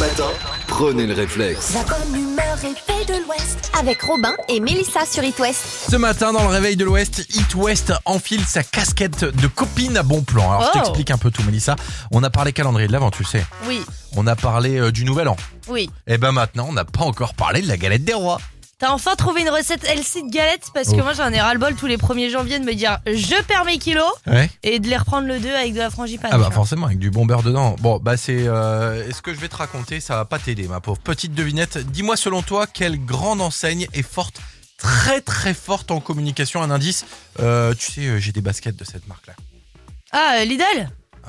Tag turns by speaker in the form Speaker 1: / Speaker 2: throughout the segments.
Speaker 1: matin, prenez le réflexe.
Speaker 2: La bonne humeur et paix de l'Ouest avec Robin et Mélissa sur It West.
Speaker 3: Ce matin, dans le réveil de l'Ouest, It West enfile sa casquette de copine à bon plan. Alors, je
Speaker 4: Oh.
Speaker 3: t'explique un peu tout, Mélissa. On a parlé calendrier de l'Avent, tu sais.
Speaker 4: Oui,
Speaker 3: On a parlé euh, du Nouvel An.
Speaker 4: oui.
Speaker 3: Et ben maintenant, on n'a pas encore parlé de la galette des rois.
Speaker 4: T'as enfin trouvé une recette LC de galettes parce que
Speaker 3: Ouf.
Speaker 4: moi j'en ai ras-le-bol tous les 1er janvier de me dire je perds mes kilos
Speaker 3: Ouais.
Speaker 4: et de les reprendre le 2 avec de la frangipane.
Speaker 3: Ah bah
Speaker 4: tu vois.
Speaker 3: forcément, avec du bon beurre dedans. Bon, bah c'est... euh, Est-ce que je vais te raconter Ça va pas t'aider, ma pauvre. Petite devinette, dis-moi selon toi, quelle grande enseigne est forte Très très forte en communication, un indice. Euh, tu sais, euh, j'ai des baskets de cette marque-là.
Speaker 4: Ah, euh, Lidl
Speaker 3: Ah,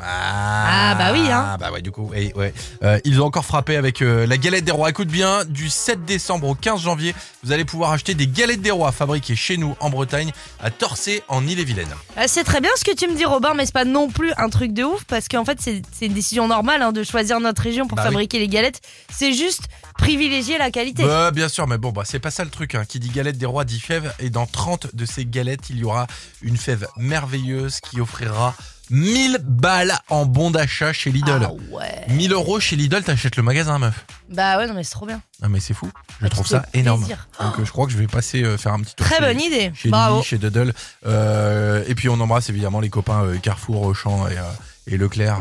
Speaker 4: Ah, bah oui, hein.
Speaker 3: Ah bah ouais du coup et ouais. Euh, ils ont encore frappé avec euh, la galette des rois. Écoute bien, du 7 décembre au 15 janvier, vous allez pouvoir acheter des galettes des rois fabriquées chez nous en Bretagne à Torcé en Ille-et-Vilaine.
Speaker 4: Ah, C'est très bien ce que tu me dis, Robin, mais c'est pas non plus un truc de ouf parce qu'en fait, c'est c'est une décision normale hein, de choisir notre région pour
Speaker 3: Bah oui.
Speaker 4: fabriquer les galettes. C'est juste privilégier la qualité.
Speaker 3: Bah, bien sûr, mais bon bah c'est pas ça le truc hein. qui dit galette des rois dit fève et dans 30 de ces galettes, il y aura une fève merveilleuse qui offrira 1000 balles en bon d'achat chez Lidl.
Speaker 4: Ah ouais.
Speaker 3: 1000 euros chez Lidl, t'achètes le magasin meuf.
Speaker 4: Bah ouais, non, mais c'est trop bien.
Speaker 3: Non mais c'est fou. Je
Speaker 4: Ah, tu
Speaker 3: trouve
Speaker 4: te
Speaker 3: ça
Speaker 4: fais
Speaker 3: énorme.
Speaker 4: plaisir.
Speaker 3: Donc euh, je crois que je vais passer euh, faire un petit tour.
Speaker 4: Très
Speaker 3: chez-
Speaker 4: bonne idée.
Speaker 3: chez
Speaker 4: Bravo.
Speaker 3: Lily, chez Dudel. Euh, et puis on embrasse évidemment les copains euh, Carrefour, Auchan et, euh, et Leclerc.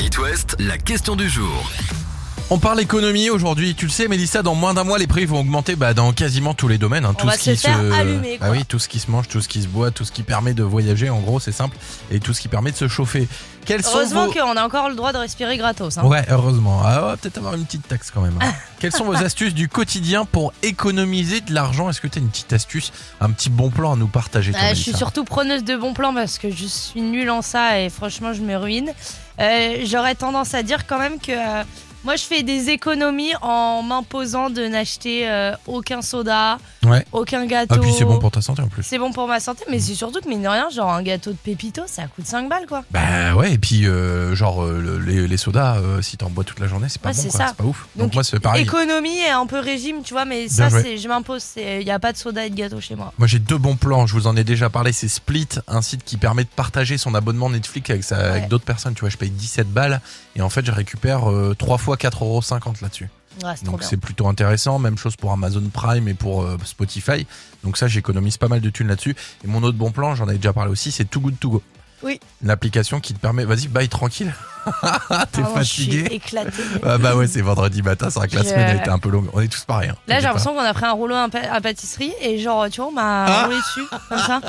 Speaker 1: It West, la question du jour.
Speaker 3: On parle économie aujourd'hui. Tu le sais, Mélissa, dans moins d'un mois, les prix vont augmenter bah, dans quasiment tous les domaines. hein.
Speaker 4: On va se faire allumer,
Speaker 3: Ah
Speaker 4: quoi.
Speaker 3: oui, tout ce qui se mange, tout ce qui se boit, tout ce qui permet de voyager, en gros, c'est simple. Et tout ce qui permet de se chauffer. Quels sont
Speaker 4: Heureusement
Speaker 3: vos...
Speaker 4: qu'on a encore le droit de respirer gratos. Hein.
Speaker 3: Ouais, heureusement. Ah, on va peut-être avoir une petite taxe quand même. hein. Quelles sont vos astuces du quotidien pour économiser de l'argent Est-ce que tu as une petite astuce, un petit bon plan à nous partager toi,
Speaker 4: Euh, je suis
Speaker 3: Mélissa
Speaker 4: surtout preneuse de bons plans parce que je suis nulle en ça et franchement je me ruine. Euh, J'aurais tendance à dire quand même que euh, moi je fais des économies en m'imposant de n'acheter euh, aucun soda,
Speaker 3: Ouais.
Speaker 4: aucun
Speaker 3: Ah,
Speaker 4: gâteau.
Speaker 3: puis c'est bon pour ta santé en plus.
Speaker 4: C'est bon pour ma santé, mais c'est surtout que mine de rien, genre un gâteau de pépito, ça coûte 5 balles quoi.
Speaker 3: Bah ouais, et puis euh, genre euh, le- les, les sodas, euh, si t'en bois toute la journée, c'est pas
Speaker 4: Ouais,
Speaker 3: bon,
Speaker 4: c'est
Speaker 3: quoi,
Speaker 4: ça.
Speaker 3: c'est pas ouf. Donc,
Speaker 4: Donc,
Speaker 3: moi c'est pareil.
Speaker 4: Économie et un peu régime, tu vois, mais
Speaker 3: Bien
Speaker 4: ça,
Speaker 3: joué.
Speaker 4: c'est je m'impose. Il n'y a pas de soda et de gâteau chez moi.
Speaker 3: Moi j'ai deux bons plans, je vous en ai déjà parlé, c'est Split, un site qui permet de partager son abonnement Netflix avec, sa- avec
Speaker 4: Ouais.
Speaker 3: d'autres personnes, tu vois, je paye 17 balles et en fait je récupère 3 fois 4,50€ là-dessus.
Speaker 4: Ouais, Ah, c'est trop
Speaker 3: Donc
Speaker 4: bien.
Speaker 3: c'est plutôt intéressant, même chose pour Amazon Prime et pour euh, Spotify. Donc ça j'économise pas mal de thunes là-dessus. Et mon autre bon plan, j'en avais déjà parlé aussi, c'est Too Good To Go.
Speaker 4: Oui.
Speaker 3: L'application qui te permet, vas-y, bye tranquille, t'es
Speaker 4: Pardon, je suis
Speaker 3: fatigué.
Speaker 4: éclatée.
Speaker 3: Ah bah ouais, c'est vendredi matin, c'est vrai que la
Speaker 4: Je-
Speaker 3: semaine a été un peu longue. On est tous pareils. hein.
Speaker 4: Là,
Speaker 3: T'inquiète
Speaker 4: j'ai
Speaker 3: pas.
Speaker 4: l'impression qu'on a pris un rouleau à pa- à pâtisserie et genre, tu vois, on m'a
Speaker 3: Ah.
Speaker 4: roulé dessus, comme ça.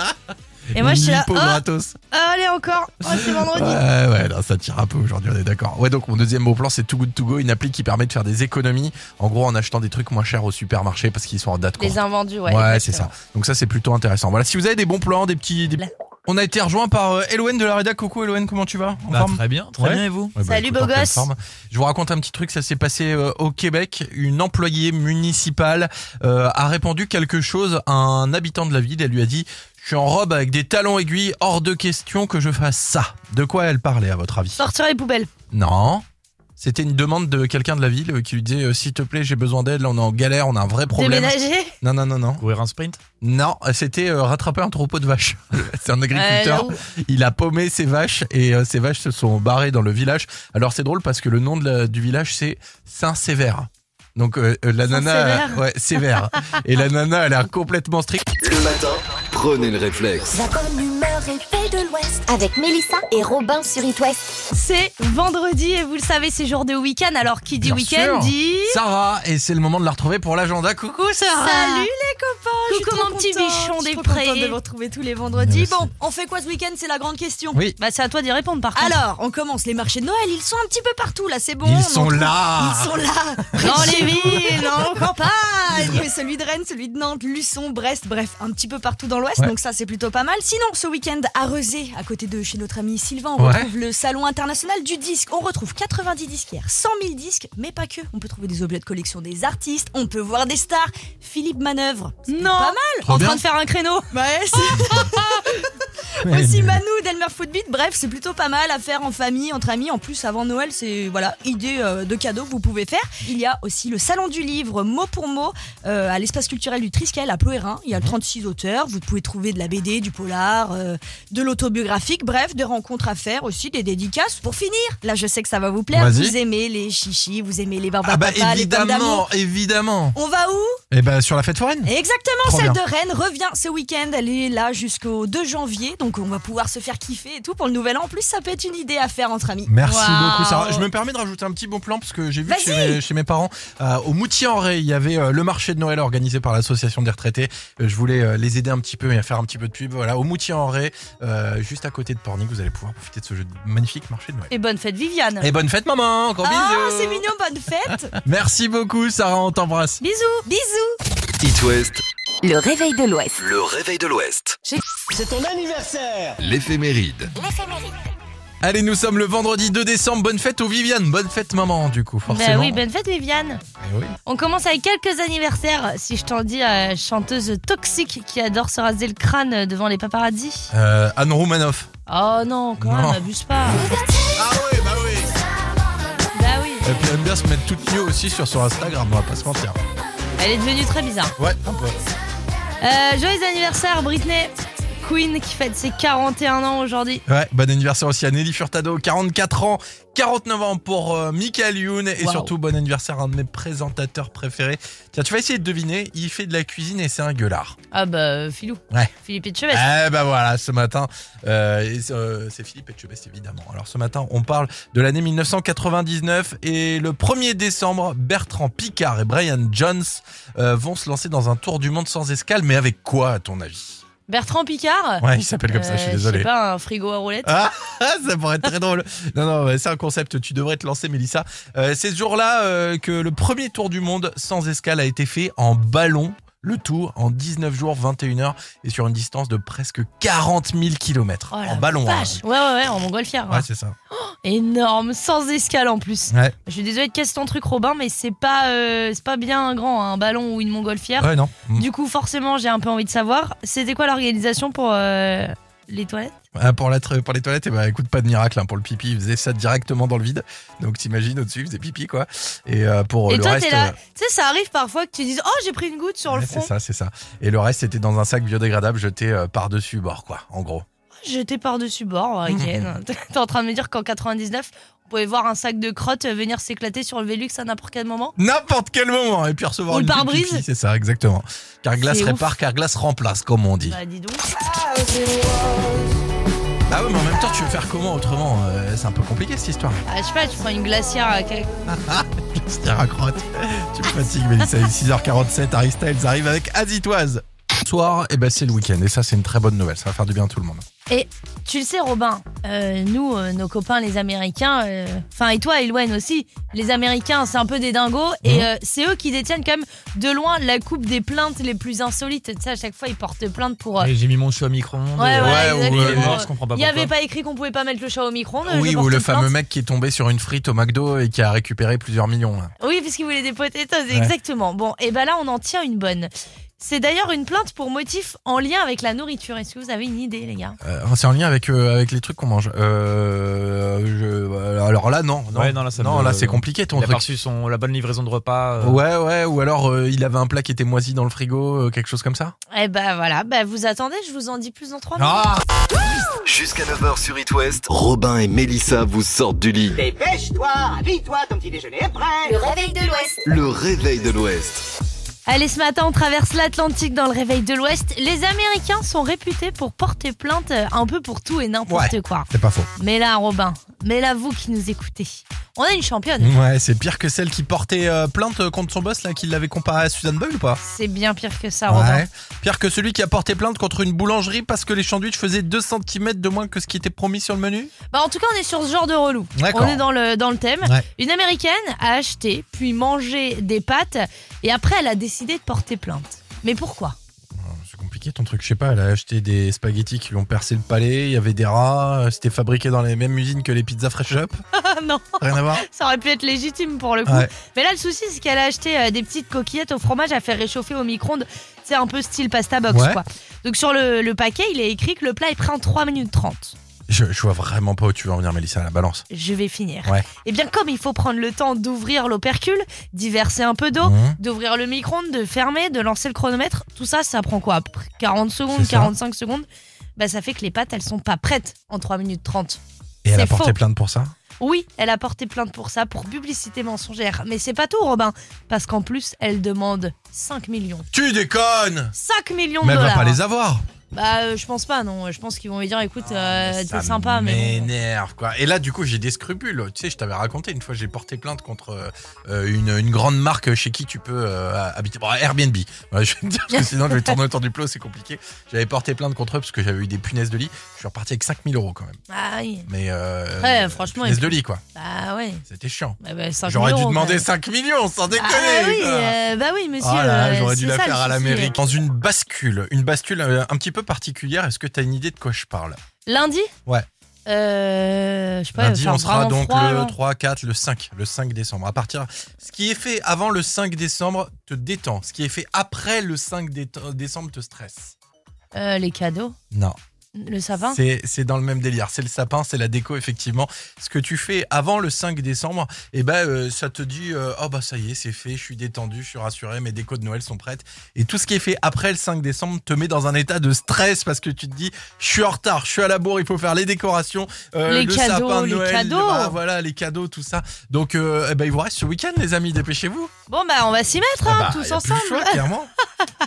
Speaker 4: Et moi, je suis là,
Speaker 3: Lipo
Speaker 4: oh,
Speaker 3: gratos.
Speaker 4: allez encore, oh, c'est vendredi.
Speaker 3: Ouais, ouais, non, ça tire un peu aujourd'hui, on est d'accord. Ouais, donc mon deuxième beau plan, c'est Too Good To Go, une appli qui permet de faire des économies. En gros, en achetant des trucs moins chers au supermarché parce qu'ils sont en date courte.
Speaker 4: Les invendus, ouais.
Speaker 3: Ouais,
Speaker 4: exactement.
Speaker 3: c'est ça. Donc ça, c'est plutôt intéressant. Voilà, si vous avez des bons plans, des petits. des-
Speaker 4: Là.
Speaker 3: On a été rejoint par euh, Eloane de la Reda. Coucou Eloane, comment tu vas En
Speaker 5: Bah,
Speaker 3: forme
Speaker 5: très bien, très
Speaker 3: Ouais.
Speaker 5: bien et vous
Speaker 3: Ouais, bah,
Speaker 4: Salut,
Speaker 3: écoute,
Speaker 4: beau
Speaker 3: en pleine
Speaker 4: gosse.
Speaker 3: forme. Je vous raconte un petit truc, ça s'est passé euh, au Québec. Une employée municipale euh, a répondu quelque chose à un habitant de la ville. Elle lui a dit Je suis en robe avec des talons aiguilles, hors de question que je fasse ça. De quoi elle parlait, à votre avis
Speaker 4: Sortir les poubelles.
Speaker 3: Non. C'était une demande de quelqu'un de la ville euh, qui lui disait euh, S'il te plaît, j'ai besoin d'aide, là on est en galère, on a un vrai problème.
Speaker 4: Déménager.
Speaker 3: Non, non, non, non.
Speaker 5: Courir un sprint
Speaker 3: Non, c'était euh, rattraper un troupeau de vaches. C'est un
Speaker 4: Ouais, Euh, là
Speaker 3: agriculteur.
Speaker 4: où-
Speaker 3: Il a paumé ses vaches et euh, ses vaches se sont barrées dans le village. Alors c'est drôle parce que le nom de la- du village c'est Saint-Sévère. Donc euh, euh, la nana,
Speaker 4: Saint-Sévère.
Speaker 3: ouais, sévère. et la nana, elle a l'air complètement stricte.
Speaker 1: Le matin, prenez le réflexe.
Speaker 2: La bonne humeur et paix de l'Ouest avec Mélissa et Robin sur It West.
Speaker 4: C'est vendredi et vous le savez, c'est jour de week-end. Alors, qui dit
Speaker 3: Bien
Speaker 4: week-end
Speaker 3: sûr.
Speaker 4: dit.
Speaker 3: Sarah, et c'est le moment de la retrouver pour l'agenda. Coucou Sarah.
Speaker 4: Salut
Speaker 6: les copains
Speaker 4: Coucou,
Speaker 6: je suis trop
Speaker 4: mon petit
Speaker 6: contente,
Speaker 4: bichon
Speaker 6: je suis
Speaker 4: des
Speaker 6: trop
Speaker 4: prés.
Speaker 6: contente de vous retrouver tous les
Speaker 3: Mais
Speaker 6: vendredis.
Speaker 3: merci.
Speaker 6: Bon, on fait quoi ce week-end C'est la grande question.
Speaker 3: Oui.
Speaker 4: Bah, c'est à toi d'y répondre par contre.
Speaker 6: Alors, on commence les marchés de Noël, ils sont un petit peu partout là, c'est bon. on en
Speaker 3: Ils sont
Speaker 6: trouve-
Speaker 3: là.
Speaker 6: Ils sont là
Speaker 4: dans les villes, en campagne.
Speaker 6: Il y a celui de Rennes, celui de Nantes, Luçon, Brest, bref, un petit peu partout dans l'Ouest,
Speaker 3: Ouais.
Speaker 6: donc ça c'est plutôt pas mal. Sinon, ce week-end à Rezé, à côté de chez notre ami Sylvain, on
Speaker 3: Ouais.
Speaker 6: retrouve le Salon International du Disque. On retrouve 90 disquaires, 100 000 disques, mais pas que. On peut trouver des objets de collection des artistes, on peut voir des stars. Philippe Manœuvre, Oh, c'est
Speaker 4: Non.
Speaker 6: pas mal.
Speaker 3: Trop
Speaker 4: en
Speaker 3: bien.
Speaker 4: train de faire un créneau.
Speaker 6: Ouais, c'est- Aussi Manu d'Elmer Footbeat, bref, c'est plutôt pas mal à faire en famille, entre amis. En plus, avant Noël, c'est voilà, idée euh, de cadeau que vous pouvez faire. Il y a aussi le salon du livre, mot pour mot, euh, à l'espace culturel du Triskel à Ploérin. Il y a
Speaker 3: Mhm.
Speaker 6: 36 auteurs. Vous pouvez trouver de la BD, du polar, euh, de l'autobiographique, bref, des rencontres à faire aussi, des dédicaces. Pour finir, là, je sais que ça va vous plaire.
Speaker 3: Vas-y.
Speaker 6: Vous aimez les chichis, vous aimez les barbares
Speaker 3: Ah bah
Speaker 6: les pommes d'amour.
Speaker 3: évidemment, évidemment.
Speaker 6: On va où
Speaker 3: Et bah sur la fête foraine.
Speaker 6: Exactement,
Speaker 3: Trop
Speaker 6: celle
Speaker 3: bien.
Speaker 6: de Rennes revient ce week-end. Elle est là jusqu'au 2 janvier, donc on va pouvoir se faire kiffer et tout pour le nouvel an. En plus, ça peut être une idée à faire entre amis.
Speaker 3: Merci
Speaker 4: Waouh.
Speaker 3: beaucoup Sarah. Je me permets de rajouter un petit bon plan parce que j'ai vu que chez
Speaker 6: Vas-y.
Speaker 3: mes, chez mes parents euh, au Moutier-en-Ré, il y avait euh, le marché de Noël organisé par l'association des retraités. Euh, je voulais euh, les aider un petit peu et faire un petit peu de pub. Voilà, au Moutier-en-Ré, euh, juste à côté de Pornic, vous allez pouvoir profiter de ce jeu- magnifique marché de Noël.
Speaker 4: Et bonne fête, Viviane.
Speaker 3: Et bonne fête maman, gros
Speaker 6: Ah,
Speaker 3: bisous.
Speaker 6: c'est mignon, bonne fête.
Speaker 3: Merci beaucoup Sarah, on t'embrasse.
Speaker 4: Bisous.
Speaker 6: Bisous.
Speaker 1: It West,
Speaker 2: Le réveil de l'Ouest.
Speaker 1: le réveil de l'Ouest. C'est ton anniversaire L'éphéméride.
Speaker 3: Allez, nous sommes le vendredi 2 décembre. Bonne fête aux Viviane, bonne fête maman du coup,
Speaker 6: Ben
Speaker 4: Bah
Speaker 3: forcément.
Speaker 4: oui, bonne fête, Viviane.
Speaker 3: Eh oui.
Speaker 4: On commence avec quelques anniversaires. Si je t'en dis, euh, chanteuse toxique qui adore se raser le crâne devant les paparazzis.
Speaker 3: Euh, Anne Roumanoff.
Speaker 4: Oh non, quand
Speaker 3: Non.
Speaker 4: même, abuse pas.
Speaker 3: Ah oui, bah oui.
Speaker 4: Bah oui.
Speaker 3: Et puis elle aime bien se mettre toute nue aussi sur son Instagram, on va pas se mentir.
Speaker 4: Elle est devenue très bizarre.
Speaker 3: Ouais, un peu.
Speaker 4: Euh, joyeux anniversaire, Britney. Queen qui fête ses 41 ans aujourd'hui.
Speaker 3: Ouais, bon anniversaire aussi à Nelly Furtado, 44 ans, 49 ans pour euh, Michael Youn et
Speaker 4: Wow.
Speaker 3: surtout bon anniversaire à un de mes présentateurs préférés. Tiens, tu vas essayer de deviner, il fait de la cuisine et c'est un gueulard.
Speaker 4: Ah bah, euh, Philou.
Speaker 3: Ouais.
Speaker 4: Philippe Etchebest.
Speaker 3: Eh ben voilà, ce matin, euh, et c'est, euh, c'est Philippe Etchebest évidemment. Alors ce matin, on parle de l'année 1999 et le 1er décembre, Bertrand Picard et Brian Jones euh, vont se lancer dans un tour du monde sans escale, mais avec quoi à ton avis
Speaker 4: Bertrand Picard.
Speaker 3: Ouais, il s'appelle comme ça, je
Speaker 4: Euh,
Speaker 3: suis désolé.
Speaker 4: sais pas, un frigo à roulettes.
Speaker 3: Ah, ça pourrait être très drôle. Non, non, ouais, c'est un concept, tu devrais te lancer, Mélissa. Euh, c'est ce jour-là euh, que le premier tour du monde sans escale a été fait en ballon. Le tour en 19 jours, 21 heures et sur une distance de presque 40 000 km.
Speaker 4: Oh la
Speaker 3: en ballon. hein.
Speaker 4: vache. Ouais, ouais, ouais, en montgolfière.
Speaker 3: Ouais,
Speaker 4: hein.
Speaker 3: c'est ça.
Speaker 4: Énorme, sans escale en plus.
Speaker 3: Ouais.
Speaker 4: Je suis désolée de casser ton truc, Robin, mais c'est pas, euh, c'est pas bien grand, hein, un ballon ou une montgolfière.
Speaker 3: Ouais, non. Mm.
Speaker 4: Ah. Du coup, forcément, j'ai un peu envie de savoir, c'était quoi l'organisation pour euh, les toilettes
Speaker 3: Ah, pour, la tra- pour les toilettes, eh ben, écoute, pas de miracle. hein. Pour le pipi, ils faisaient ça directement dans le vide. Donc t'imagines, au-dessus, ils faisaient pipi, quoi. Et euh, pour
Speaker 4: Et
Speaker 3: le
Speaker 4: toi,
Speaker 3: reste.
Speaker 4: t'es là.
Speaker 3: euh,
Speaker 4: Tu sais, ça arrive parfois que tu dises Oh, j'ai pris une goutte sur
Speaker 3: ouais,
Speaker 4: le
Speaker 3: c'est
Speaker 4: front.
Speaker 3: ça, c'est ça. Et le reste, c'était dans un sac biodégradable jeté euh, par-dessus bord, quoi, en gros.
Speaker 4: J'étais par-dessus bord, ok.
Speaker 3: Mhm.
Speaker 4: T'es en train de me dire qu'en 99, on pouvait voir un sac de crotte venir s'éclater sur le Velux à n'importe quel moment
Speaker 3: n'importe quel moment hein, et puis recevoir
Speaker 4: Ou le
Speaker 3: une petite
Speaker 4: pare-brise.
Speaker 3: pipi, C'est ça, exactement. Car glace
Speaker 4: C'est ouf.
Speaker 3: répare, car glace remplace, comme on dit.
Speaker 4: Bah, dis donc.
Speaker 3: Ah ouais, mais en même temps, tu veux faire comment autrement Euh, C'est un peu compliqué cette histoire.
Speaker 4: Ah, je sais pas, tu prends une glacière à quel-
Speaker 3: C'était à crotte. Tu me fatigues, Mélissa. Il est 6h47, Harry Styles arrive avec Azitoise. Soir, et ben c'est le week-end et ça c'est une très bonne nouvelle, ça va faire du bien à tout le monde.
Speaker 4: Tu le sais, Robin, euh, nous, euh, nos copains les Américains, euh, enfin, et toi, Elwen aussi, les Américains, c'est un peu des dingos,
Speaker 3: Mhm.
Speaker 4: et euh, c'est eux qui détiennent quand même de loin la coupe des plaintes les plus insolites. Tu sais, à chaque fois, ils portent plainte pour. euh,
Speaker 5: Et j'ai mis mon chou à micro-ondes.
Speaker 4: Ouais,
Speaker 5: et-
Speaker 4: voilà,
Speaker 5: ou, euh,
Speaker 4: exactement.
Speaker 5: non, je comprends pas
Speaker 4: Il n'y avait
Speaker 5: pourquoi.
Speaker 4: pas écrit qu'on pouvait pas mettre le chat au micro-ondes.
Speaker 3: oui,
Speaker 4: je
Speaker 3: ou
Speaker 4: porte
Speaker 3: le
Speaker 4: une
Speaker 3: fameux
Speaker 4: plainte.
Speaker 3: mec qui est tombé sur une frite au McDo et qui a récupéré plusieurs millions. là.
Speaker 4: Oui, parce qu'il voulait des potatoes,
Speaker 3: Ouais.
Speaker 4: exactement. Bon, et ben là, on en tient une bonne. C'est d'ailleurs une plainte pour motif en lien avec la nourriture. Est-ce que vous avez une idée, les gars
Speaker 3: Euh, c'est en lien avec, euh, avec les trucs qu'on mange. Euh, je- alors là, non. Non,
Speaker 5: Ouais, non, là, ça me-
Speaker 3: c'est compliqué ton
Speaker 5: Il a pas
Speaker 3: truc.
Speaker 5: reçu son, la bonne livraison de repas. euh,
Speaker 3: Ouais, ouais, ou alors euh, il avait un plat qui était moisi dans le frigo, euh, quelque chose comme ça.
Speaker 4: Eh ben voilà, ben vous attendez, je vous en dis plus dans trois minutes.
Speaker 3: Ah
Speaker 1: Jusqu'à 9h sur It West, Robin et Mélissa vous sortent du lit.
Speaker 7: Dépêche-toi, habille-toi, ton petit déjeuner est
Speaker 6: Ah,
Speaker 7: prêt.
Speaker 2: Le réveil de l'Ouest.
Speaker 1: Le réveil de l'Ouest.
Speaker 4: Allez, ce matin, on traverse l'Atlantique dans le réveil de l'Ouest. Les Américains sont réputés pour porter plainte euh, un peu pour tout et n'importe quoi.
Speaker 3: C'est pas faux.
Speaker 4: Mais là, Robin, mais là, vous qui nous écoutez, on a une championne.
Speaker 3: Ouais, c'est pire que celle qui portait euh, plainte contre son boss, là, qui l'avait comparé à Susan Boyle ou pas
Speaker 4: C'est bien pire que
Speaker 3: Ah,
Speaker 4: ça, Robin.
Speaker 3: Pire que celui qui a porté plainte contre une boulangerie parce que les sandwichs faisaient 2 cm de moins que ce qui était promis sur le menu
Speaker 4: Bah, en tout cas, on est sur ce genre de relou.
Speaker 3: D'accord.
Speaker 4: On est dans le, dans le thème.
Speaker 3: Ouais.
Speaker 4: Une américaine a acheté, puis mangé des pâtes, et après, elle a décidé de porter plainte. Mais pourquoi
Speaker 3: Oh, C'est compliqué ton truc, je sais pas, elle a acheté des spaghettis qui lui ont percé le palais, il y avait des rats, euh, c'était fabriqué dans les mêmes usines que les pizzas Fresh Up,
Speaker 4: Ah non,
Speaker 3: rien à voir
Speaker 4: ça aurait pu être légitime pour le coup.
Speaker 3: Ouais.
Speaker 4: Mais là, le souci, c'est qu'elle a acheté euh, des petites coquillettes au fromage à faire réchauffer au micro-ondes. C'est un peu style pasta box,
Speaker 3: Ouais.
Speaker 4: quoi. Donc, sur le, le paquet, il est écrit que le plat est prêt en 3 minutes 30.
Speaker 3: Je, je vois vraiment pas où tu veux en venir, Mélissa, la balance.
Speaker 4: Je vais finir.
Speaker 3: Ouais.
Speaker 4: Et bien, comme il faut prendre le temps d'ouvrir l'opercule, d'y verser un peu d'eau,
Speaker 3: Mhm.
Speaker 4: d'ouvrir le micro-ondes, de fermer, de lancer le chronomètre, tout ça, ça prend quoi Pr- 40 secondes,
Speaker 3: C'est ça.
Speaker 4: 45 secondes bah, ça fait que les pâtes, elles sont pas prêtes en 3 minutes 30.
Speaker 3: Et elle a
Speaker 4: C'est faux.
Speaker 3: porté plainte pour ça
Speaker 4: Oui, elle a porté plainte pour ça, pour publicité mensongère. Mais c'est pas tout, Robin, parce qu'en plus, elle demande 5 millions.
Speaker 3: Tu déconnes
Speaker 4: 5 millions
Speaker 3: Mais elle
Speaker 4: de
Speaker 3: va
Speaker 4: dollars
Speaker 3: pas les avoir.
Speaker 4: Bah, euh, je pense pas, non. Je pense qu'ils vont lui dire, écoute, euh,
Speaker 3: Ça
Speaker 4: t'es sympa, mais. bon.
Speaker 3: m'énerve quoi. Et là, du coup, j'ai des scrupules. Tu sais, je t'avais raconté une fois, j'ai porté plainte contre euh, une, une grande marque chez qui tu peux euh, habiter. Bon, Airbnb. Voilà, je vais te dire, parce que sinon, je vais tourner autour du plot, c'est compliqué. J'avais porté plainte contre eux parce que j'avais eu des punaises de lit. Je suis reparti avec 5000 euros quand même.
Speaker 4: Ah oui.
Speaker 3: Mais euh,
Speaker 4: Ouais, franchement,
Speaker 3: punaises
Speaker 4: et
Speaker 3: de lit quoi.
Speaker 4: Bah ouais.
Speaker 3: C'était chiant.
Speaker 4: Bah, bah, 5
Speaker 3: J'aurais dû
Speaker 4: euros,
Speaker 3: demander
Speaker 4: ouais.
Speaker 3: 5 millions, sans déconner.
Speaker 4: Ah oui,
Speaker 3: quoi.
Speaker 4: euh, bah oui, monsieur.
Speaker 3: Ah là là,
Speaker 4: euh,
Speaker 3: j'aurais dû
Speaker 4: c'est
Speaker 3: la
Speaker 4: ça,
Speaker 3: faire
Speaker 4: le
Speaker 3: à
Speaker 4: souci.
Speaker 3: l'Amérique. Dans une bascule, une bascule euh, un petit peu particulière, est-ce que tu as une idée de quoi je parle
Speaker 4: Lundi
Speaker 3: Ouais.
Speaker 4: Euh, je sais pas,
Speaker 3: Lundi,
Speaker 4: il va
Speaker 3: on
Speaker 4: faire
Speaker 3: sera
Speaker 4: vraiment
Speaker 3: donc euh,
Speaker 4: froid,
Speaker 3: le
Speaker 4: là.
Speaker 3: 3, 4, le 5, le 5 décembre. À partir, ce qui est fait avant le 5 décembre te détend. Ce qui est fait après le 5 dé- décembre te stresse.
Speaker 4: Euh, les cadeaux,
Speaker 3: Non,
Speaker 4: le sapin.
Speaker 3: c'est c'est dans le même délire. C'est le sapin, c'est la déco effectivement. Ce que tu fais avant le 5 décembre, eh ben euh, ça te dit euh, oh bah ça y est, c'est fait, je suis détendu, je suis rassuré, mes décos de Noël sont prêtes. Et tout ce qui est fait après le 5 décembre te met dans un état de stress parce que tu te dis je suis en retard, je suis à la bourre, il faut faire les décorations, euh,
Speaker 4: Les
Speaker 3: le
Speaker 4: cadeaux,
Speaker 3: sapin de
Speaker 4: les
Speaker 3: Noël,
Speaker 4: cadeaux.
Speaker 3: ah, voilà les cadeaux, tout ça. Donc euh, eh ben il vous reste ce week-end les amis, dépêchez-vous.
Speaker 4: Bon, bah, on va s'y mettre, hein,
Speaker 3: Ah bah,
Speaker 4: tous
Speaker 3: y a plus le
Speaker 4: ensemble.
Speaker 3: choix, clairement.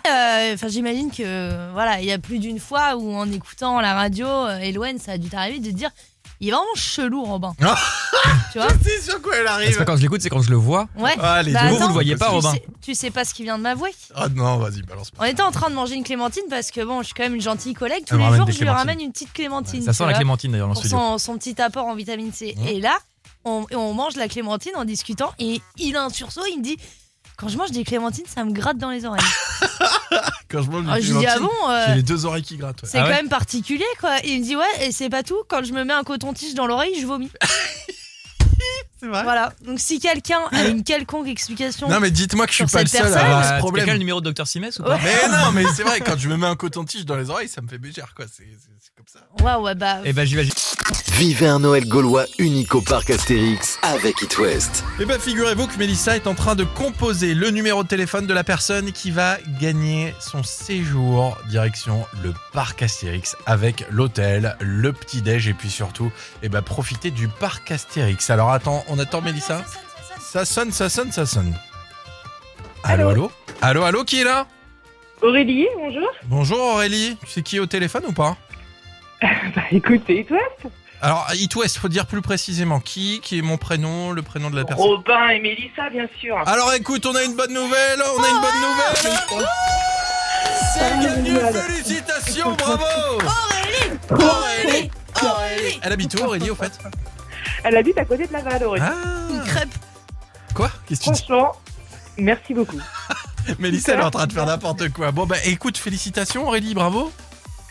Speaker 4: Euh, Enfin, j'imagine que, euh, voilà, il y a plus d'une fois où, en écoutant la radio, euh, Eloane, ça a dû t'arriver de te dire, il est vraiment chelou, Robin.
Speaker 3: Ah.
Speaker 4: tu vois
Speaker 3: c'est sûr quoi elle
Speaker 5: Ah, C'est
Speaker 3: arrive.
Speaker 5: pas quand je l'écoute, c'est quand je le vois.
Speaker 4: Ouais.
Speaker 3: Ah, les
Speaker 4: Bah,
Speaker 3: deux,
Speaker 4: attends,
Speaker 5: vous le voyez pas,
Speaker 4: tu
Speaker 5: Robin.
Speaker 4: sais- tu sais pas ce qu'il vient de m'avouer.
Speaker 3: Ah non, vas-y, balance pas.
Speaker 4: On était en train de manger une clémentine parce que bon, je suis quand même une gentille collègue. Tous
Speaker 5: Elle me
Speaker 4: les
Speaker 5: ramène
Speaker 4: jours,
Speaker 5: des
Speaker 4: je lui
Speaker 5: clémentines.
Speaker 4: ramène une petite clémentine.
Speaker 5: Ça
Speaker 4: tu
Speaker 5: sent la
Speaker 4: vois,
Speaker 5: clémentine d'ailleurs dans le
Speaker 4: Pour
Speaker 5: studio.
Speaker 4: son, son petit apport en vitamine C.
Speaker 3: Mmh.
Speaker 4: Et là, on, et on mange la clémentine en discutant et il a un sursaut. Il me dit Quand je mange des clémentines, ça me gratte dans les oreilles.
Speaker 3: Quand je mange une
Speaker 4: Alors, je lui dis Ah
Speaker 3: clémentine,
Speaker 4: bon euh,
Speaker 3: j'ai les deux oreilles qui grattent. ouais.
Speaker 4: C'est
Speaker 5: Ah
Speaker 4: quand
Speaker 5: ouais
Speaker 4: même particulier quoi. Et il me dit Ouais, et c'est pas tout. Quand je me mets un coton-tige dans l'oreille, je vomis.
Speaker 3: C'est vrai.
Speaker 4: Voilà. Donc si quelqu'un a une quelconque explication.
Speaker 3: Non mais dites-moi que je suis
Speaker 4: Sur
Speaker 3: pas Ah, le
Speaker 4: cette
Speaker 3: seul à
Speaker 4: personne.
Speaker 3: avoir ce
Speaker 5: Euh,
Speaker 3: problème.
Speaker 5: Quelqu'un a le numéro de Dr Simès ou pas
Speaker 3: Mais non, mais c'est vrai, quand je me mets un coton-tige dans les oreilles, ça me fait bégère, quoi. C'est c'est- c'est comme ça.
Speaker 4: Waouh, ouais, bah.
Speaker 5: Eh ben j'imagine.
Speaker 1: Vivez un Noël gaulois unique au parc Astérix avec It West.
Speaker 3: Eh ben, figurez-vous que Mélissa est en train de composer le numéro de téléphone de la personne qui va gagner son séjour direction le parc Astérix avec l'hôtel, le petit-déj et puis surtout, eh ben, profiter du parc Astérix. Alors attends, on attend Mélissa. Ah, Ça sonne, ça sonne, ça sonne. Allô, allô Allô, allô, qui est là
Speaker 8: Aurélie, bonjour.
Speaker 3: Bonjour Aurélie, c'est qui au téléphone ou pas
Speaker 8: Bah écoute, c'est toi
Speaker 3: Alors, It West, faut dire plus précisément qui, qui est mon prénom, le prénom de la personne.
Speaker 8: Robin Oh, ben, et Mélissa, bien sûr.
Speaker 3: Alors écoute, on a une bonne nouvelle, on a une bonne nouvelle. C'est gagné, félicitations, bravo Aurélie Aurélie Elle habite où Aurélie au fait
Speaker 8: Elle habite à côté de la Laval, Aurélie.
Speaker 3: Ah
Speaker 4: Une crêpe.
Speaker 3: Quoi Qu'est-ce que tu
Speaker 8: Franchement, merci beaucoup.
Speaker 3: dis Mélissa, elle est en train de faire n'importe quoi. Bon bah écoute, félicitations Aurélie, bravo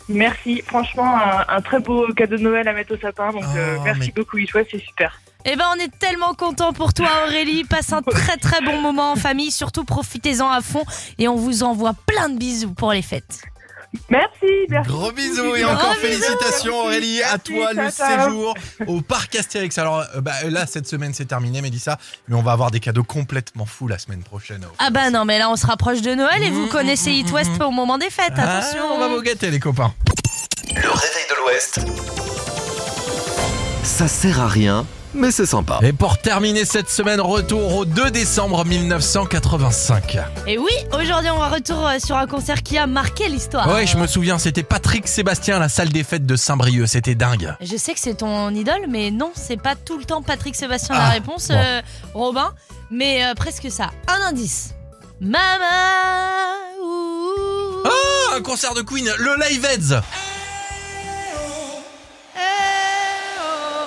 Speaker 8: Merci, franchement, un, un très beau cadeau de Noël à mettre au sapin. Donc euh,
Speaker 3: Oh,
Speaker 8: merci
Speaker 3: mais-
Speaker 8: beaucoup, It West, c'est super.
Speaker 4: Eh ben, on est tellement content pour toi, Aurélie. Passe un très très bon moment en famille. Surtout, profitez-en à fond. Et on vous envoie plein de bisous pour les fêtes.
Speaker 8: Merci, merci.
Speaker 3: Gros
Speaker 8: beaucoup,
Speaker 3: bisous et
Speaker 8: Gros
Speaker 3: encore
Speaker 8: bisous.
Speaker 3: félicitations
Speaker 8: Merci,
Speaker 3: Aurélie à
Speaker 8: merci,
Speaker 3: toi le
Speaker 8: ciao, ciao.
Speaker 3: séjour au parc Astérix. Alors euh, bah, là cette semaine c'est terminé Mélissa, mais on va avoir des cadeaux complètement fous la semaine prochaine.
Speaker 4: Ah bah non, mais là, on se rapproche de Noël et vous
Speaker 3: Mmh,
Speaker 4: connaissez
Speaker 3: mmh,
Speaker 4: It
Speaker 3: mmh,
Speaker 4: West
Speaker 3: mmh.
Speaker 4: au moment des fêtes.
Speaker 3: Ah,
Speaker 4: Attention.
Speaker 3: on va vous gâter les copains.
Speaker 1: Le réveil de l'Ouest. Ça sert à rien, mais c'est sympa.
Speaker 3: Et pour terminer cette semaine, retour au 2 décembre 1985.
Speaker 4: Et oui, aujourd'hui, on va retour euh, sur un concert qui a marqué l'histoire.
Speaker 3: Ouais, je me souviens, c'était Patrick Sébastien à la salle des fêtes de Saint-Brieuc, c'était dingue.
Speaker 4: Je sais que c'est ton idole, mais non, c'est pas tout le temps Patrick Sébastien
Speaker 3: Ah,
Speaker 4: la réponse,
Speaker 3: bon.
Speaker 4: euh, Robin, mais euh, presque ça. Un indice. Maman. ouh,
Speaker 3: Ah, un concert de Queen, le Live Aids.
Speaker 4: eh, oh.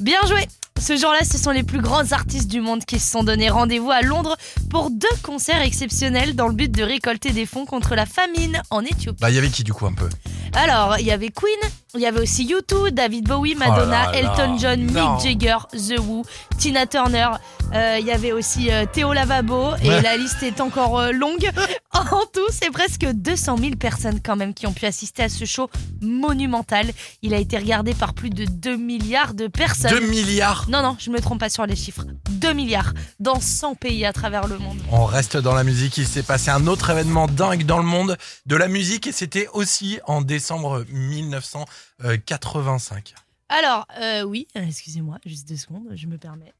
Speaker 4: Bien joué Ce jour-là, ce sont les plus grands artistes du monde qui se sont donné rendez-vous à Londres pour deux concerts exceptionnels dans le but de récolter des fonds contre la famine en Éthiopie.
Speaker 3: Bah, il y avait qui du coup un peu
Speaker 4: Alors, il y avait Queen, Il y avait aussi U2, David Bowie, Madonna,
Speaker 5: Oh là là.
Speaker 4: Elton John,
Speaker 5: Non.
Speaker 4: Mick Jagger, The Who, Tina Turner. Euh, il y avait aussi euh, Théo Lavabo. Et
Speaker 3: Ouais.
Speaker 4: la liste est encore euh, longue. En tout, c'est presque 200 000 personnes quand même qui ont pu assister à ce show monumental. Il a été regardé par plus de 2 milliards de personnes.
Speaker 3: 2 milliards.
Speaker 4: Non, non, je me trompe pas sur les chiffres. 2 milliards dans 100 pays à travers le monde.
Speaker 3: On reste dans la musique. Il s'est passé un autre événement dingue dans le monde de la musique et c'était aussi en décembre 1985.
Speaker 4: Alors, euh, oui, euh, excusez-moi, juste deux secondes, je me permets.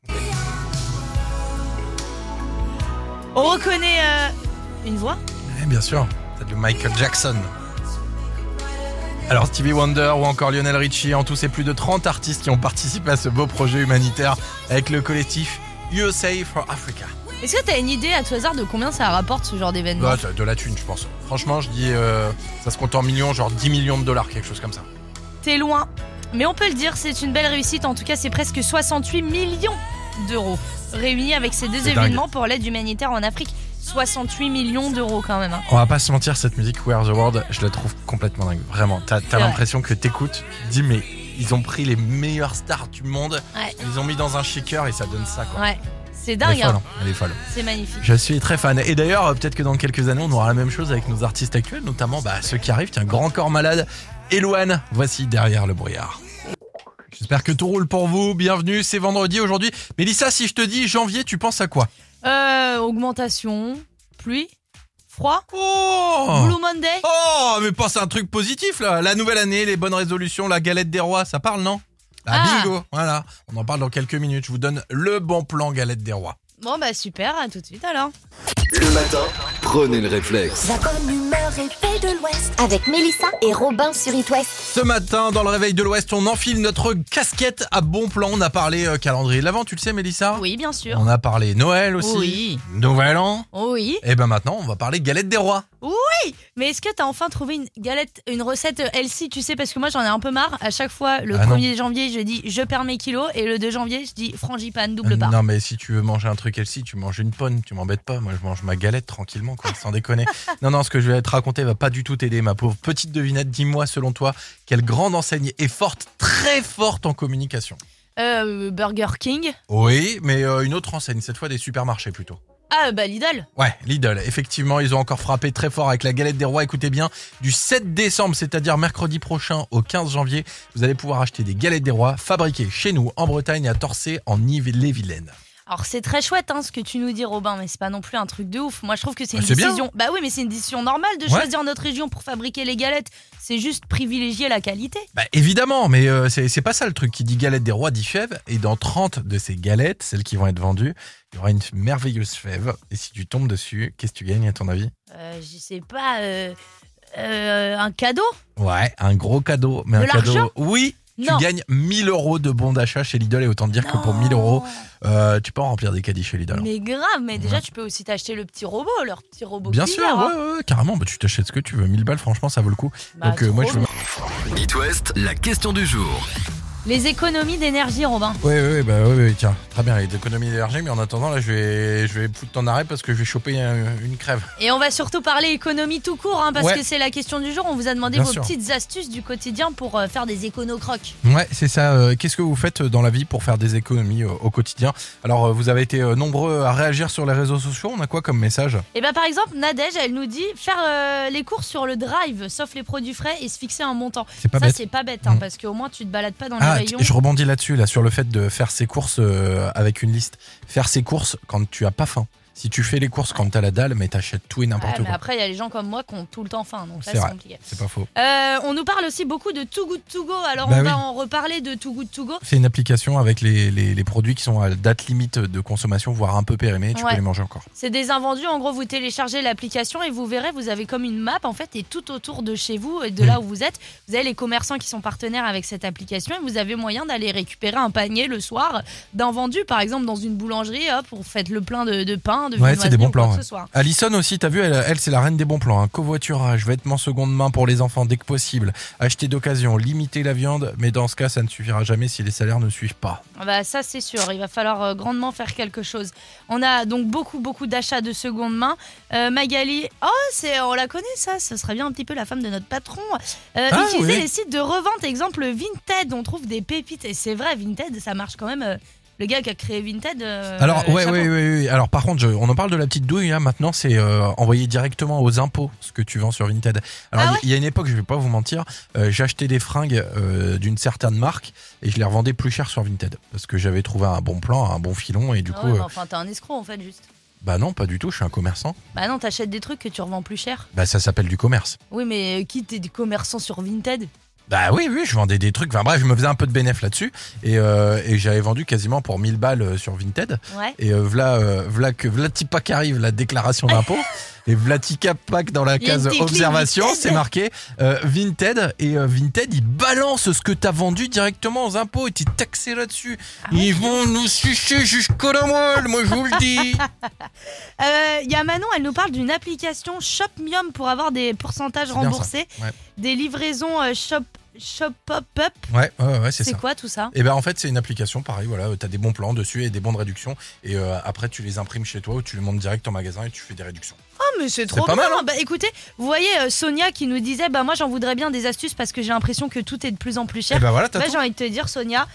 Speaker 4: On reconnaît euh, une voix
Speaker 3: Eh bien sûr, c'est de Michael Jackson. Alors Stevie Wonder ou encore Lionel Richie, en tout c'est plus de 30 artistes qui ont participé à ce beau projet humanitaire avec le collectif USA for Africa.
Speaker 4: Est-ce que t'as une idée à tout hasard de combien ça rapporte ce genre d'événement
Speaker 3: Bah, c'est de la thune je pense. Franchement je dis euh, ça se compte en millions, genre 10 millions de dollars, quelque chose comme ça.
Speaker 4: T'es loin. Mais on peut le dire, c'est une belle réussite. En tout cas, c'est presque 68 millions d'euros réunis avec ces deux
Speaker 3: C'est dingue.
Speaker 4: événements pour l'aide humanitaire en Afrique. 68 millions d'euros quand même. hein.
Speaker 3: On va pas se mentir, cette musique Where the World, je la trouve complètement dingue. Vraiment, t'as t'as
Speaker 4: vrai.
Speaker 3: l'impression que t'écoutes, tu te dis mais ils ont pris les meilleures stars du monde,
Speaker 4: Ouais.
Speaker 3: ils les ont mis dans un shaker et ça donne ça quoi.
Speaker 4: Ouais, c'est
Speaker 3: Elle est
Speaker 4: dingue,
Speaker 3: folle,
Speaker 4: hein.
Speaker 3: hein. elle est folle.
Speaker 4: c'est magnifique.
Speaker 3: Je suis très fan. Et d'ailleurs, euh, peut-être que dans quelques années, on aura la même chose avec nos artistes actuels, notamment bah, ceux qui arrivent. Tiens, Grand Corps Malade, Eloane, voici derrière le brouillard. J'espère que tout roule pour vous. Bienvenue, c'est vendredi aujourd'hui. Mélissa, si je te dis janvier, tu penses à quoi
Speaker 4: Euh, augmentation, pluie, froid,
Speaker 3: Oh
Speaker 4: Blue Monday.
Speaker 3: Oh, mais pense à un truc positif là. La nouvelle année, les bonnes résolutions, la galette des rois, ça parle, non ah,
Speaker 4: Ah.
Speaker 3: bingo Voilà, on en parle dans quelques minutes. Je vous donne le bon plan galette des rois.
Speaker 4: Bon bah super, à tout de suite alors.
Speaker 1: Le matin, prenez le réflexe.
Speaker 2: La bonne humeur et paix de l'Ouest avec Mélissa et Robin sur It West.
Speaker 3: Ce matin, dans le réveil de l'Ouest, on enfile notre casquette à bon plan. On a parlé euh, calendrier de l'Avent, tu le sais, Mélissa
Speaker 4: Oui, bien sûr.
Speaker 3: On a parlé Noël aussi.
Speaker 4: Oui.
Speaker 3: Nouvel an.
Speaker 4: Oui.
Speaker 3: Et ben maintenant, on va parler galette des rois.
Speaker 4: Mais est-ce que t'as enfin trouvé une galette, une recette euh, healthy, tu sais, parce que moi j'en ai un peu marre. À chaque fois, le
Speaker 3: Ah, non.
Speaker 4: 1er janvier, je dis je perds mes kilos et le 2 janvier, je dis frangipane double part.
Speaker 3: non, mais si tu veux manger un truc Elsie, tu manges une pomme, tu m'embêtes pas. Moi, je mange ma galette tranquillement, quoi, sans déconner. Non, non, ce que je vais te raconter va pas du tout t'aider, ma pauvre petite devinette. Dis-moi, selon toi, quelle grande enseigne est forte, très forte en communication
Speaker 4: Euh, Burger King.
Speaker 3: Oui, mais euh, une autre enseigne, cette fois des supermarchés plutôt.
Speaker 4: Ah bah Lidl.
Speaker 3: Ouais, Lidl, effectivement, ils ont encore frappé très fort avec la galette des rois. Écoutez bien, du 7 décembre, c'est-à-dire mercredi prochain au 15 janvier, vous allez pouvoir acheter des galettes des rois fabriquées chez nous en Bretagne à Torcy en Yves-les-Vilaines.
Speaker 4: Alors c'est très chouette hein, ce que tu nous dis Robin, mais c'est pas non plus un truc de ouf. Moi je trouve que c'est
Speaker 3: Bah,
Speaker 4: une
Speaker 3: c'est bien.
Speaker 4: décision. Bah oui, mais c'est une décision normale de
Speaker 3: Ouais.
Speaker 4: choisir notre région pour fabriquer les galettes. C'est juste privilégier la qualité.
Speaker 3: Bah évidemment, mais euh, c'est c'est pas ça le truc qui dit galette des rois dit fève. Et dans 30 de ces galettes, celles qui vont être vendues, il y aura une merveilleuse fève. Et si tu tombes dessus, qu'est-ce que tu gagnes à ton avis
Speaker 4: Euh, je sais pas, euh, euh, un cadeau
Speaker 3: Ouais, un gros cadeau. Mais
Speaker 4: De
Speaker 3: un cadeau.
Speaker 4: l'argent
Speaker 3: Oui,
Speaker 4: Non.
Speaker 3: tu gagnes 1000 euros de bons d'achat chez Lidl. Et autant te dire que pour 1000 euros, euh, tu peux en remplir des caddies chez Lidl. hein.
Speaker 4: Mais grave, mais déjà tu peux aussi t'acheter le petit robot, leur petit robot.
Speaker 3: Bien sûr,
Speaker 4: cuillère, hein.
Speaker 3: ouais, ouais, ouais, carrément. Bah, tu t'achètes ce que tu veux. 1000 balles, franchement, ça vaut le coup.
Speaker 4: Bah,
Speaker 3: Donc, euh, moi, je
Speaker 4: trop
Speaker 3: veux.
Speaker 1: It West, la question du jour.
Speaker 4: Les économies d'énergie, Robin.
Speaker 3: Ouais, ouais, ouais, bah, ouais, ouais, tiens. Très bien, les économies d'énergie. Mais en attendant, là, je vais, je vais foutre ton arrêt parce que je vais choper euh, une crève.
Speaker 4: Et on va surtout parler économie tout court, hein, parce
Speaker 3: Ouais.
Speaker 4: que c'est la question du jour. On vous a demandé
Speaker 3: Bien
Speaker 4: vos
Speaker 3: sûr.
Speaker 4: petites astuces du quotidien pour euh, faire des éconos crocs.
Speaker 3: Ouais, c'est ça. Euh, Qu'est-ce que vous faites dans la vie pour faire des économies euh, au quotidien Alors, euh, vous avez été euh, nombreux à réagir sur les réseaux sociaux. On a quoi comme message
Speaker 4: Et bien Eh ben, par exemple, Nadège, elle nous dit faire euh, les courses sur le drive, sauf les produits frais, et se fixer un montant.
Speaker 3: C'est pas
Speaker 4: Ça,
Speaker 3: bête.
Speaker 4: c'est pas bête, hein,
Speaker 3: Mm.
Speaker 4: parce qu'au moins tu te balades pas dans les
Speaker 3: Ah,
Speaker 4: rayons.
Speaker 3: t- je rebondis là-dessus, là, sur le fait de faire ses courses euh, avec une liste. Faire ses courses quand tu as pas faim. Si tu fais les courses quand t'as la dalle, mais t'achètes tout et
Speaker 4: Ouais,
Speaker 3: n'importe
Speaker 4: Ah, mais
Speaker 3: quoi.
Speaker 4: après, il y a les gens comme moi qui ont tout le temps faim, donc ça
Speaker 3: C'est
Speaker 4: c'est
Speaker 3: vrai.
Speaker 4: compliqué.
Speaker 3: C'est pas faux.
Speaker 4: Euh, on nous parle aussi beaucoup de Too Good To Go, alors
Speaker 3: Bah
Speaker 4: on va
Speaker 3: oui.
Speaker 4: en reparler de Too Good To Go.
Speaker 3: C'est une application avec les, les- les produits qui sont à date limite de consommation, voire un peu périmés. Tu
Speaker 4: Ouais.
Speaker 3: peux les manger encore.
Speaker 4: C'est des invendus, en gros vous téléchargez l'application et vous verrez, vous avez comme une map en fait, et tout autour de chez vous et de
Speaker 3: Mm.
Speaker 4: là où vous êtes, vous avez les commerçants qui sont partenaires avec cette application et vous avez moyen d'aller récupérer un panier le soir d'un vendu, par exemple dans une boulangerie, hop, vous faites le plein de, de pain hein, de
Speaker 3: Ouais,
Speaker 4: Vinoiserie
Speaker 3: c'est des bons
Speaker 4: ou quoi
Speaker 3: plans,
Speaker 4: que
Speaker 3: ouais.
Speaker 4: ce soit.
Speaker 3: Allison aussi, t'as vu, elle, elle, c'est la reine des bons plans. hein. Covoiturage, vêtements seconde main pour les enfants dès que possible, acheter d'occasion, limiter la viande, mais dans ce cas, ça ne suffira jamais si les salaires ne suivent pas.
Speaker 4: Ah Bah ça c'est sûr, il va falloir euh, grandement faire quelque chose. On a donc beaucoup beaucoup d'achats de seconde main. Euh, Magali, oh c'est on la connaît ça, ce serait bien un petit peu la femme de notre patron. Euh,
Speaker 3: Ah,
Speaker 4: utiliser
Speaker 3: oui.
Speaker 4: les sites de revente, exemple Vinted, on trouve des pépites et c'est vrai Vinted ça marche quand même. euh, le gars qui a créé Vinted. euh,
Speaker 3: Alors,
Speaker 4: euh,
Speaker 3: ouais,
Speaker 4: chapeau.
Speaker 3: ouais, ouais, ouais. Alors, par contre, je- on en parle de la petite douille. hein. Maintenant, c'est euh, envoyé directement aux impôts ce que tu vends sur Vinted. Alors,
Speaker 4: Ah
Speaker 3: il y- il y a une époque, je vais pas vous mentir, euh, j'achetais des fringues euh, d'une certaine marque et je les revendais plus cher sur Vinted parce que j'avais trouvé un bon plan, un bon filon et du
Speaker 4: Ah
Speaker 3: coup,
Speaker 4: ouais,
Speaker 3: euh,
Speaker 4: bah, enfin t'es un escroc en fait juste.
Speaker 3: bah non, pas du tout. Je suis un commerçant.
Speaker 4: Bah non, t'achètes des trucs que tu revends plus cher.
Speaker 3: Bah ça s'appelle du commerce.
Speaker 4: Oui mais euh, qui t'es des commerçants sur Vinted
Speaker 3: Bah oui, oui, je vendais des trucs. Enfin bref, je me faisais un peu de bénéf là-dessus et, euh, et j'avais vendu quasiment pour 1000 balles euh, sur Vinted.
Speaker 4: Ouais.
Speaker 3: Et euh, voilà, euh, voilà que Vlatipak arrive la déclaration d'impôt. et Vlatipak dans la
Speaker 4: Il y a une
Speaker 3: case
Speaker 4: petite ligne
Speaker 3: observation,
Speaker 4: Vinted.
Speaker 3: c'est marqué euh, Vinted. Et euh, Vinted, ils balancent ce que t'as vendu directement aux impôts et t'es taxé là-dessus.
Speaker 4: Ah
Speaker 3: ils vont nous sucer jusqu'au la moelle, moi je vous le dis.
Speaker 4: Euh, Il y a Manon, elle nous parle d'une application ShopMium pour avoir des pourcentages
Speaker 3: C'est bien ça.
Speaker 4: remboursés,
Speaker 3: Ouais.
Speaker 4: des livraisons euh, Shop Shop Pop Up.
Speaker 3: ouais, ouais, ouais, c'est
Speaker 4: C'est
Speaker 3: ça.
Speaker 4: quoi tout ça
Speaker 3: Et ben en fait c'est une application pareil voilà euh, t'as des bons plans dessus et des bons de réduction et euh, après tu les imprimes chez toi ou tu les montes direct en magasin et tu fais des réductions.
Speaker 4: Oh mais c'est
Speaker 3: pas mal, hein.
Speaker 4: bien. Bah écoutez, vous voyez euh, Sonia qui nous disait bah moi j'en voudrais bien des astuces parce que j'ai l'impression que tout est de plus en plus
Speaker 3: Et
Speaker 4: cher.
Speaker 3: ben voilà t'as
Speaker 4: Bah,
Speaker 3: tout.
Speaker 4: j'ai envie de te dire Sonia.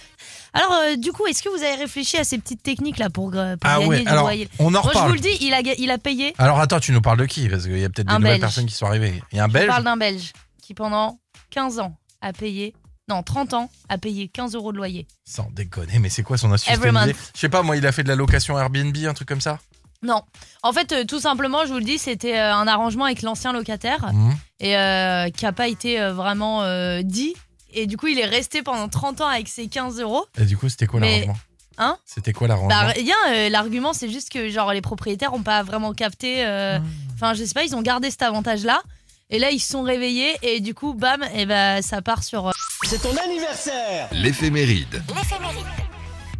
Speaker 4: Alors euh, du coup, est-ce que vous avez réfléchi à ces petites techniques là pour, euh, pour
Speaker 3: Ah
Speaker 4: gagner
Speaker 3: ouais
Speaker 4: du
Speaker 3: alors
Speaker 4: loyer
Speaker 3: on en
Speaker 4: Moi je vous
Speaker 3: reparle.
Speaker 4: le dis, il a ga- il a payé.
Speaker 3: Alors attends tu nous parles de qui parce qu'il y a peut-être des
Speaker 4: Un
Speaker 3: nouvelles
Speaker 4: Belge.
Speaker 3: personnes qui sont arrivées. Il y a un
Speaker 4: Je
Speaker 3: Belge.
Speaker 4: parle d'un Belge qui pendant 15 ans a payé non 30 ans a payé 15 euros de loyer.
Speaker 3: Sans déconner mais c'est quoi son astuce
Speaker 4: Every
Speaker 3: t'as une
Speaker 4: month.
Speaker 3: idée Je sais pas moi il a fait de la location Airbnb un truc comme ça.
Speaker 4: Non. En fait, euh, tout simplement, je vous le dis, c'était euh, un arrangement avec l'ancien locataire
Speaker 3: Mhm.
Speaker 4: et euh, qui n'a pas été euh, vraiment euh, dit. Et du coup, il est resté pendant 30 ans avec ses 15 euros.
Speaker 3: Et du coup c'était quoi
Speaker 4: Mais-
Speaker 3: l'arrangement
Speaker 4: Hein
Speaker 3: C'était quoi l'arrangement
Speaker 4: Bah, rien, euh, l'argument, c'est juste que genre les propriétaires n'ont pas vraiment capté.
Speaker 3: Ah.
Speaker 4: euh, Enfin, je sais pas, ils ont gardé cet avantage-là. Et là, ils se sont réveillés et du coup, bam, et ben ça part sur. euh,
Speaker 7: C'est ton anniversaire
Speaker 1: L'éphéméride.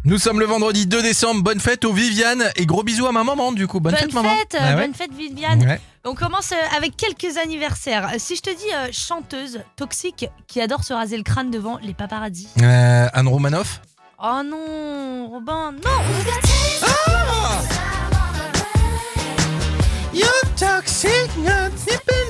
Speaker 3: Nous sommes le vendredi 2 décembre. Bonne fête aux Viviane et gros bisous à ma maman du coup. Bonne, maman. Bah
Speaker 4: euh,
Speaker 3: Ouais, ouais.
Speaker 4: bonne fête, Viviane.
Speaker 3: Ouais.
Speaker 4: On commence euh, avec quelques anniversaires. Euh, Si je te dis euh, chanteuse toxique qui adore se raser le crâne devant les paparazzis.
Speaker 3: Euh, Anne Romanoff.
Speaker 4: Oh non, Robin, non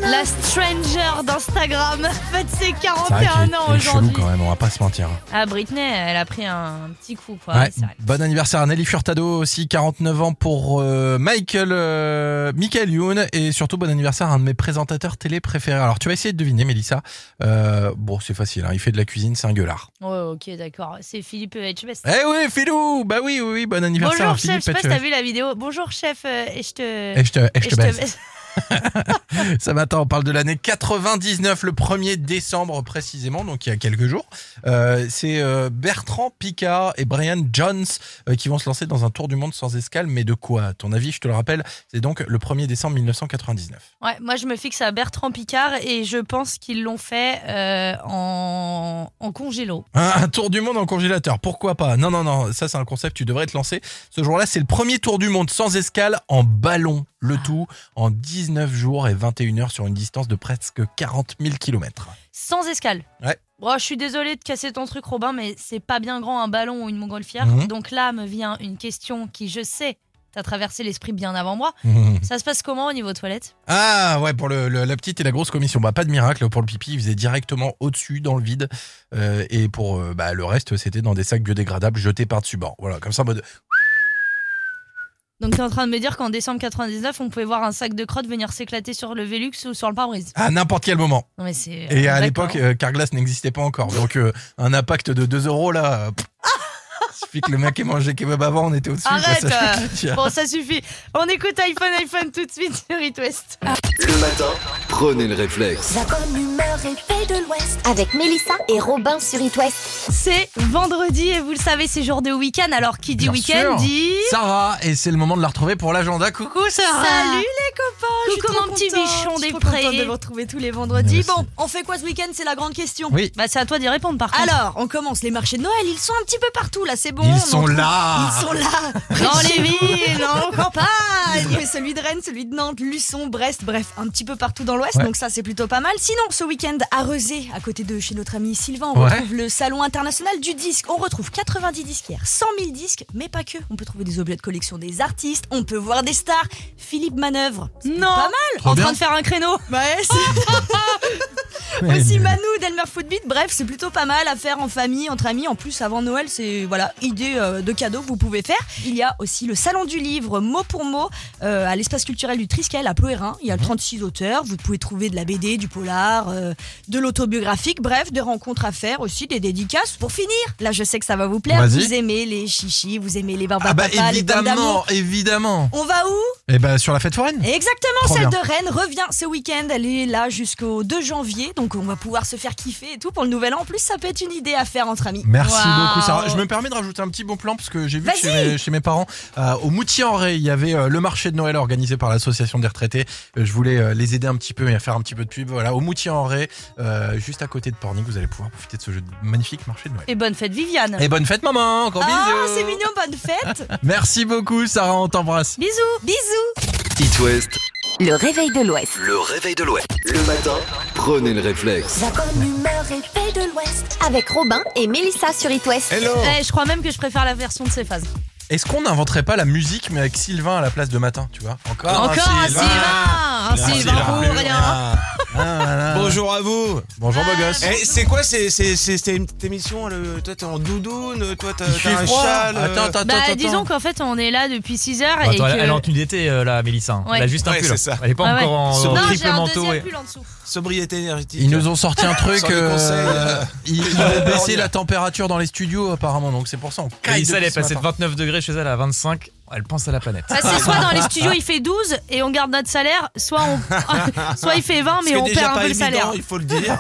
Speaker 4: La stranger d'Instagram fête ses
Speaker 3: C'est vrai qu'elle est-
Speaker 4: 41 ans
Speaker 3: elle est chelou
Speaker 4: aujourd'hui.
Speaker 3: quand même on va pas se mentir.
Speaker 4: Ah, Britney, elle a pris un petit coup, quoi.
Speaker 3: Ouais, bah-
Speaker 4: c'est vrai.
Speaker 3: bon anniversaire à Nelly Furtado aussi, 49 ans pour euh, Michael, euh, Michael Youn et surtout bon anniversaire à un de mes présentateurs télé préférés. Alors tu vas essayer de deviner Mélissa. Euh, bon c'est facile, hein, il fait de la cuisine, c'est un gueulard.
Speaker 4: Ouais, Oh, ok, d'accord. C'est Philippe Etchebest.
Speaker 3: Eh oui Philou, bah oui oui, oui bon anniversaire
Speaker 4: Bonjour,
Speaker 3: à
Speaker 4: chef. Je
Speaker 3: Philippe
Speaker 4: sais pas si
Speaker 3: Etchebest.
Speaker 4: t'as vu la vidéo. Bonjour, chef. euh, et je te.
Speaker 3: Et eh, je te, et je
Speaker 4: et
Speaker 3: te
Speaker 4: je te
Speaker 3: baise.
Speaker 4: baise.
Speaker 3: Ce matin, on parle de l'année 99, le 1er décembre précisément, donc il y a quelques jours. Euh, c'est euh, Bertrand Picard et Brian Jones euh, qui vont se lancer dans un tour du monde sans escale. Mais de quoi à ton avis, je te le rappelle, c'est donc le 1er décembre 1999.
Speaker 4: Ouais, moi, je me fixe à Bertrand Picard et je pense qu'ils l'ont fait euh, en... en congélo.
Speaker 3: Un, Hein? un tour du monde en congélateur, pourquoi pas Non, non, non, ça c'est un concept, tu devrais te lancer. Ce jour-là, c'est le premier tour du monde sans escale en ballon, le tout en 19 jours et 21 heures sur une distance de presque 40 000 kilomètres.
Speaker 4: Sans escale.
Speaker 3: Ouais.
Speaker 4: Bon, je suis désolée de casser ton truc, Robin, mais c'est pas bien grand un ballon ou une montgolfière.
Speaker 3: Mhm.
Speaker 4: Donc là me vient une question qui, je sais, t'as traversé l'esprit bien avant moi. Ça se passe comment au niveau toilette
Speaker 3: Ah ouais, pour le, le- la petite et la grosse commission, bah pas de miracle pour le pipi, il faisait directement au-dessus dans le vide Euh, et pour euh, bah, le reste c'était dans des sacs biodégradables jetés par-dessus bord. Voilà, comme ça en mode
Speaker 4: Donc t'es en train de me dire qu'en décembre 99, on pouvait voir un sac de crotte venir s'éclater sur le Velux ou sur le pare-brise.
Speaker 3: à n'importe quel moment.
Speaker 4: Non mais c'est.
Speaker 3: Et à
Speaker 4: D'accord.
Speaker 3: l'époque, euh, Carglass n'existait pas encore, donc euh, un impact de 2 euros là. euh, pff, suffit que le mec ait mangé kebab avant, on était au-dessus. quoi,
Speaker 4: Arrête,
Speaker 3: ça, je peux te dire.
Speaker 4: Bon, ça suffit. On écoute iPhone iPhone tout de suite sur It West.
Speaker 1: Le matin, Prenez le réflexe.
Speaker 2: La bonne humeur est faite de l'Ouest avec Mélissa et Robin sur It West.
Speaker 4: C'est vendredi et vous le savez, c'est jour de week-end. Alors qui dit
Speaker 3: Bien
Speaker 4: week-end
Speaker 3: sûr.
Speaker 4: dit.
Speaker 3: Sarah, et c'est le moment de la retrouver pour l'agenda. Coucou Sarah
Speaker 6: Salut les copains, je suis
Speaker 4: Coucou,
Speaker 6: trop
Speaker 4: mon petit
Speaker 6: contente.
Speaker 4: bichon
Speaker 6: Je suis
Speaker 4: des
Speaker 6: trop contente
Speaker 4: prés.
Speaker 6: de vous retrouver tous les vendredis.
Speaker 3: Ouais,
Speaker 6: Bon, on fait quoi ce week-end C'est la grande question.
Speaker 3: Oui,
Speaker 4: Bah c'est à toi d'y répondre par contre.
Speaker 6: Alors, on commence les marchés de Noël. Ils sont un petit peu partout là, c'est bon. on
Speaker 3: ils
Speaker 6: en
Speaker 3: sont
Speaker 6: trouve-
Speaker 3: là
Speaker 6: Ils sont là.
Speaker 4: Ah. dans
Speaker 6: Près de
Speaker 4: les
Speaker 6: chez
Speaker 4: villes, en campagne.
Speaker 6: Il y a celui de Rennes, celui de Nantes, Luçon, Brest, bref, un petit peu partout dans l'Ouest,
Speaker 3: Ouais.
Speaker 6: donc ça c'est plutôt pas mal. Sinon, ce week-end à Rezé, à côté de chez notre ami Sylvain, on
Speaker 3: Ouais.
Speaker 6: retrouve le Salon international du disque. On retrouve 90 disquaires, 100 000 disques, mais pas que. On peut trouver des objets de collection des artistes, on peut voir des stars. Philippe Manœuvre, c'est
Speaker 4: Non.
Speaker 6: pas
Speaker 3: Trop
Speaker 4: en
Speaker 3: bien.
Speaker 4: train de faire un créneau.
Speaker 6: mal. Ouais, c'est aussi Manu d'Elmer Footbeat, bref, c'est plutôt pas mal à faire en famille, entre amis. En plus, avant Noël, c'est voilà, idée euh, de cadeau que vous pouvez faire. Il y a aussi le Salon du Livre, mot pour mot, euh, à l'espace culturel du Triskel à Ploérin.
Speaker 3: Mhm.
Speaker 6: Il y a 36 auteurs. Vous pouvez trouver de la BD, du polar, euh, de l'autobiographique, bref, des rencontres à faire aussi, des dédicaces. Pour finir, là, je sais que ça va vous plaire.
Speaker 3: Vas-y.
Speaker 6: Vous aimez les chichis, vous aimez les barbares
Speaker 3: Ah bah
Speaker 6: papas, les pommes d'amour.
Speaker 3: évidemment, évidemment
Speaker 6: On va où
Speaker 3: Et bah sur la fête foraine
Speaker 6: Exactement,
Speaker 3: Trop
Speaker 6: celle
Speaker 3: bien.
Speaker 6: de Rennes revient ce week-end. Elle est là jusqu'au 2 janvier, donc on va pouvoir se faire kiffer et tout pour le nouvel an. En plus, ça peut être une idée à faire entre amis.
Speaker 3: Merci
Speaker 4: Waouh.
Speaker 3: beaucoup Sarah. Je me permets de rajouter un petit bon plan parce que j'ai vu
Speaker 6: Vas-y.
Speaker 3: chez mes, chez mes parents euh, au Moutier-en-Ré, il y avait euh, le marché de Noël organisé par l'association des retraités. Euh, je voulais euh, les aider un petit peu et faire un petit peu de pub. Voilà, au Moutier-en-Ré, euh, juste à côté de Pornic, vous allez pouvoir profiter de ce jeu de- magnifique marché de Noël.
Speaker 4: Et bonne fête Viviane.
Speaker 3: Et bonne fête maman, encore
Speaker 6: Ah,
Speaker 3: bisous.
Speaker 6: c'est mignon, bonne fête.
Speaker 3: Merci beaucoup Sarah, on t'embrasse.
Speaker 4: Bisous.
Speaker 6: Bisous.
Speaker 1: It West,
Speaker 2: Le réveil de l'Ouest.
Speaker 1: le réveil de l'Ouest. Le matin, prenez le réflexe.
Speaker 2: La bonne humeur est faite de l'Ouest avec Robin et Mélissa sur It West.
Speaker 4: Eh, je crois même que je préfère la version de ces phases.
Speaker 3: Est-ce qu'on n'inventerait pas la musique mais avec Sylvain à la place de matin, tu vois Encore,
Speaker 4: Encore un Sylvain. Un
Speaker 3: Ah, Merci, Ah,
Speaker 4: Sylvain
Speaker 3: Laura.
Speaker 4: pour rien. Ah.
Speaker 9: Bonjour à vous.
Speaker 3: Bonjour beau gosse.
Speaker 9: Eh, c'est quoi c'est, c'est, c'est- c'est une- cette émission le, Toi, t'es en doudoune, toi, t'as,
Speaker 3: Il fait
Speaker 9: t'as un
Speaker 3: froid.
Speaker 9: châle. euh,
Speaker 3: Attends, attends, attends.
Speaker 4: Bah
Speaker 3: attends.
Speaker 4: disons qu'en fait on est là depuis 6 heures Ah, et
Speaker 5: Bah, Attends, elle- elle est en
Speaker 4: que...
Speaker 5: tenue d'été, euh, là, Mélissa. hein.
Speaker 4: Ouais.
Speaker 5: Elle a juste un
Speaker 9: Ouais,
Speaker 5: pull.
Speaker 9: c'est ça.
Speaker 5: Elle est pas
Speaker 4: Ah ouais.
Speaker 5: encore en euh,
Speaker 9: Sobre.
Speaker 4: Non,
Speaker 5: triple
Speaker 4: j'ai un
Speaker 5: manteau.
Speaker 4: deuxième
Speaker 5: et-
Speaker 4: pull en dessous.
Speaker 9: Sobriété énergétique.
Speaker 3: Ils nous ont sorti un truc.
Speaker 9: Sans les
Speaker 3: euh,
Speaker 9: conseils, euh,
Speaker 3: ils, ils avaient baissé
Speaker 9: on y
Speaker 3: la
Speaker 9: est.
Speaker 3: température dans les studios apparemment, donc c'est pour ça. on caille
Speaker 5: Mélissa, elle
Speaker 3: depuis
Speaker 5: est
Speaker 3: ce
Speaker 5: passée de
Speaker 3: matin.
Speaker 5: 29 degrés chez elle à 25. Elle pense à la planète.
Speaker 4: Bah, c'est soit dans les studios il fait 12 et on garde notre salaire, soit on, soit il fait 20
Speaker 9: Ce qui
Speaker 4: mais
Speaker 9: est
Speaker 4: on
Speaker 9: déjà
Speaker 4: perd un
Speaker 9: pas
Speaker 4: peu le
Speaker 9: évident,
Speaker 4: salaire.
Speaker 9: Il faut le dire.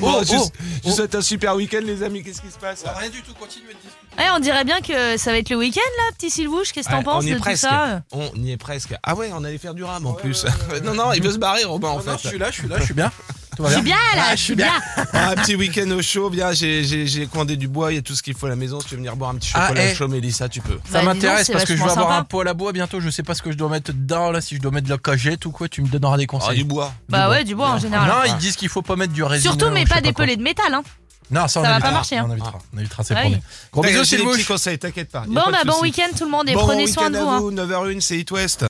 Speaker 9: bon,
Speaker 3: Oh, oh,
Speaker 9: je, je
Speaker 3: oh.
Speaker 9: vous souhaite un super week-end, les amis. Qu'est-ce qui se passe là
Speaker 3: Rien du tout, continuez de discuter.
Speaker 4: Ouais, Eh, on dirait bien que ça va être le week-end là, petit Sylvouche, qu'est-ce que
Speaker 9: Ouais,
Speaker 4: t'en penses
Speaker 9: on y est
Speaker 4: de
Speaker 9: presque.
Speaker 4: tout ça
Speaker 9: On y est presque. Ah ouais, on allait faire du rame en plus. non, non, il veut se barrer, Robin, en
Speaker 3: Non, non, je
Speaker 9: fait.
Speaker 3: suis là, je suis là, je suis bien. Tout va
Speaker 4: Je
Speaker 3: bien
Speaker 4: suis bien là,
Speaker 3: Ah,
Speaker 4: je suis bien.
Speaker 9: Ah, un petit week-end au chaud, bien. J'ai, j'ai, j'ai commandé du bois, il y a tout ce qu'il faut à la maison. Si tu veux venir boire un petit
Speaker 3: Ah,
Speaker 9: chocolat
Speaker 3: eh.
Speaker 9: chaud, Mélissa, tu peux.
Speaker 3: Ça
Speaker 4: Bah, dis donc,
Speaker 3: m'intéresse
Speaker 4: c'est
Speaker 3: parce que je vais
Speaker 4: vachement
Speaker 3: avoir un
Speaker 4: sympa.
Speaker 3: poêle à bois bientôt. Je sais pas ce que je dois mettre dedans là. Si je dois mettre de la cagette ou quoi, tu me donneras des
Speaker 9: Ah,
Speaker 3: conseils.
Speaker 9: du bois.
Speaker 4: Bah ouais, du bois en général.
Speaker 3: Non, ils disent qu'il faut pas mettre du résineux.
Speaker 4: Surtout,
Speaker 3: ou
Speaker 4: mais
Speaker 3: je sais
Speaker 4: pas des
Speaker 3: quoi.
Speaker 4: pelés de métal. Hein.
Speaker 3: Non, ça, on
Speaker 4: Ça va
Speaker 3: évitera.
Speaker 4: pas marcher, hein.
Speaker 3: On évitera, on évitera, c'est
Speaker 4: Ah oui.
Speaker 3: promis. Gros bisous,
Speaker 9: T'as- j'ai des
Speaker 3: Sylvouche.
Speaker 9: petits conseils, t'inquiète pas. y a
Speaker 4: Bon,
Speaker 9: pas de
Speaker 4: bah bon
Speaker 9: soucis.
Speaker 4: week-end tout le monde et
Speaker 9: Bon
Speaker 4: prenez soin de
Speaker 9: week-end
Speaker 4: vous.
Speaker 9: à
Speaker 4: hein.
Speaker 9: vous, 9h01, c'est It West.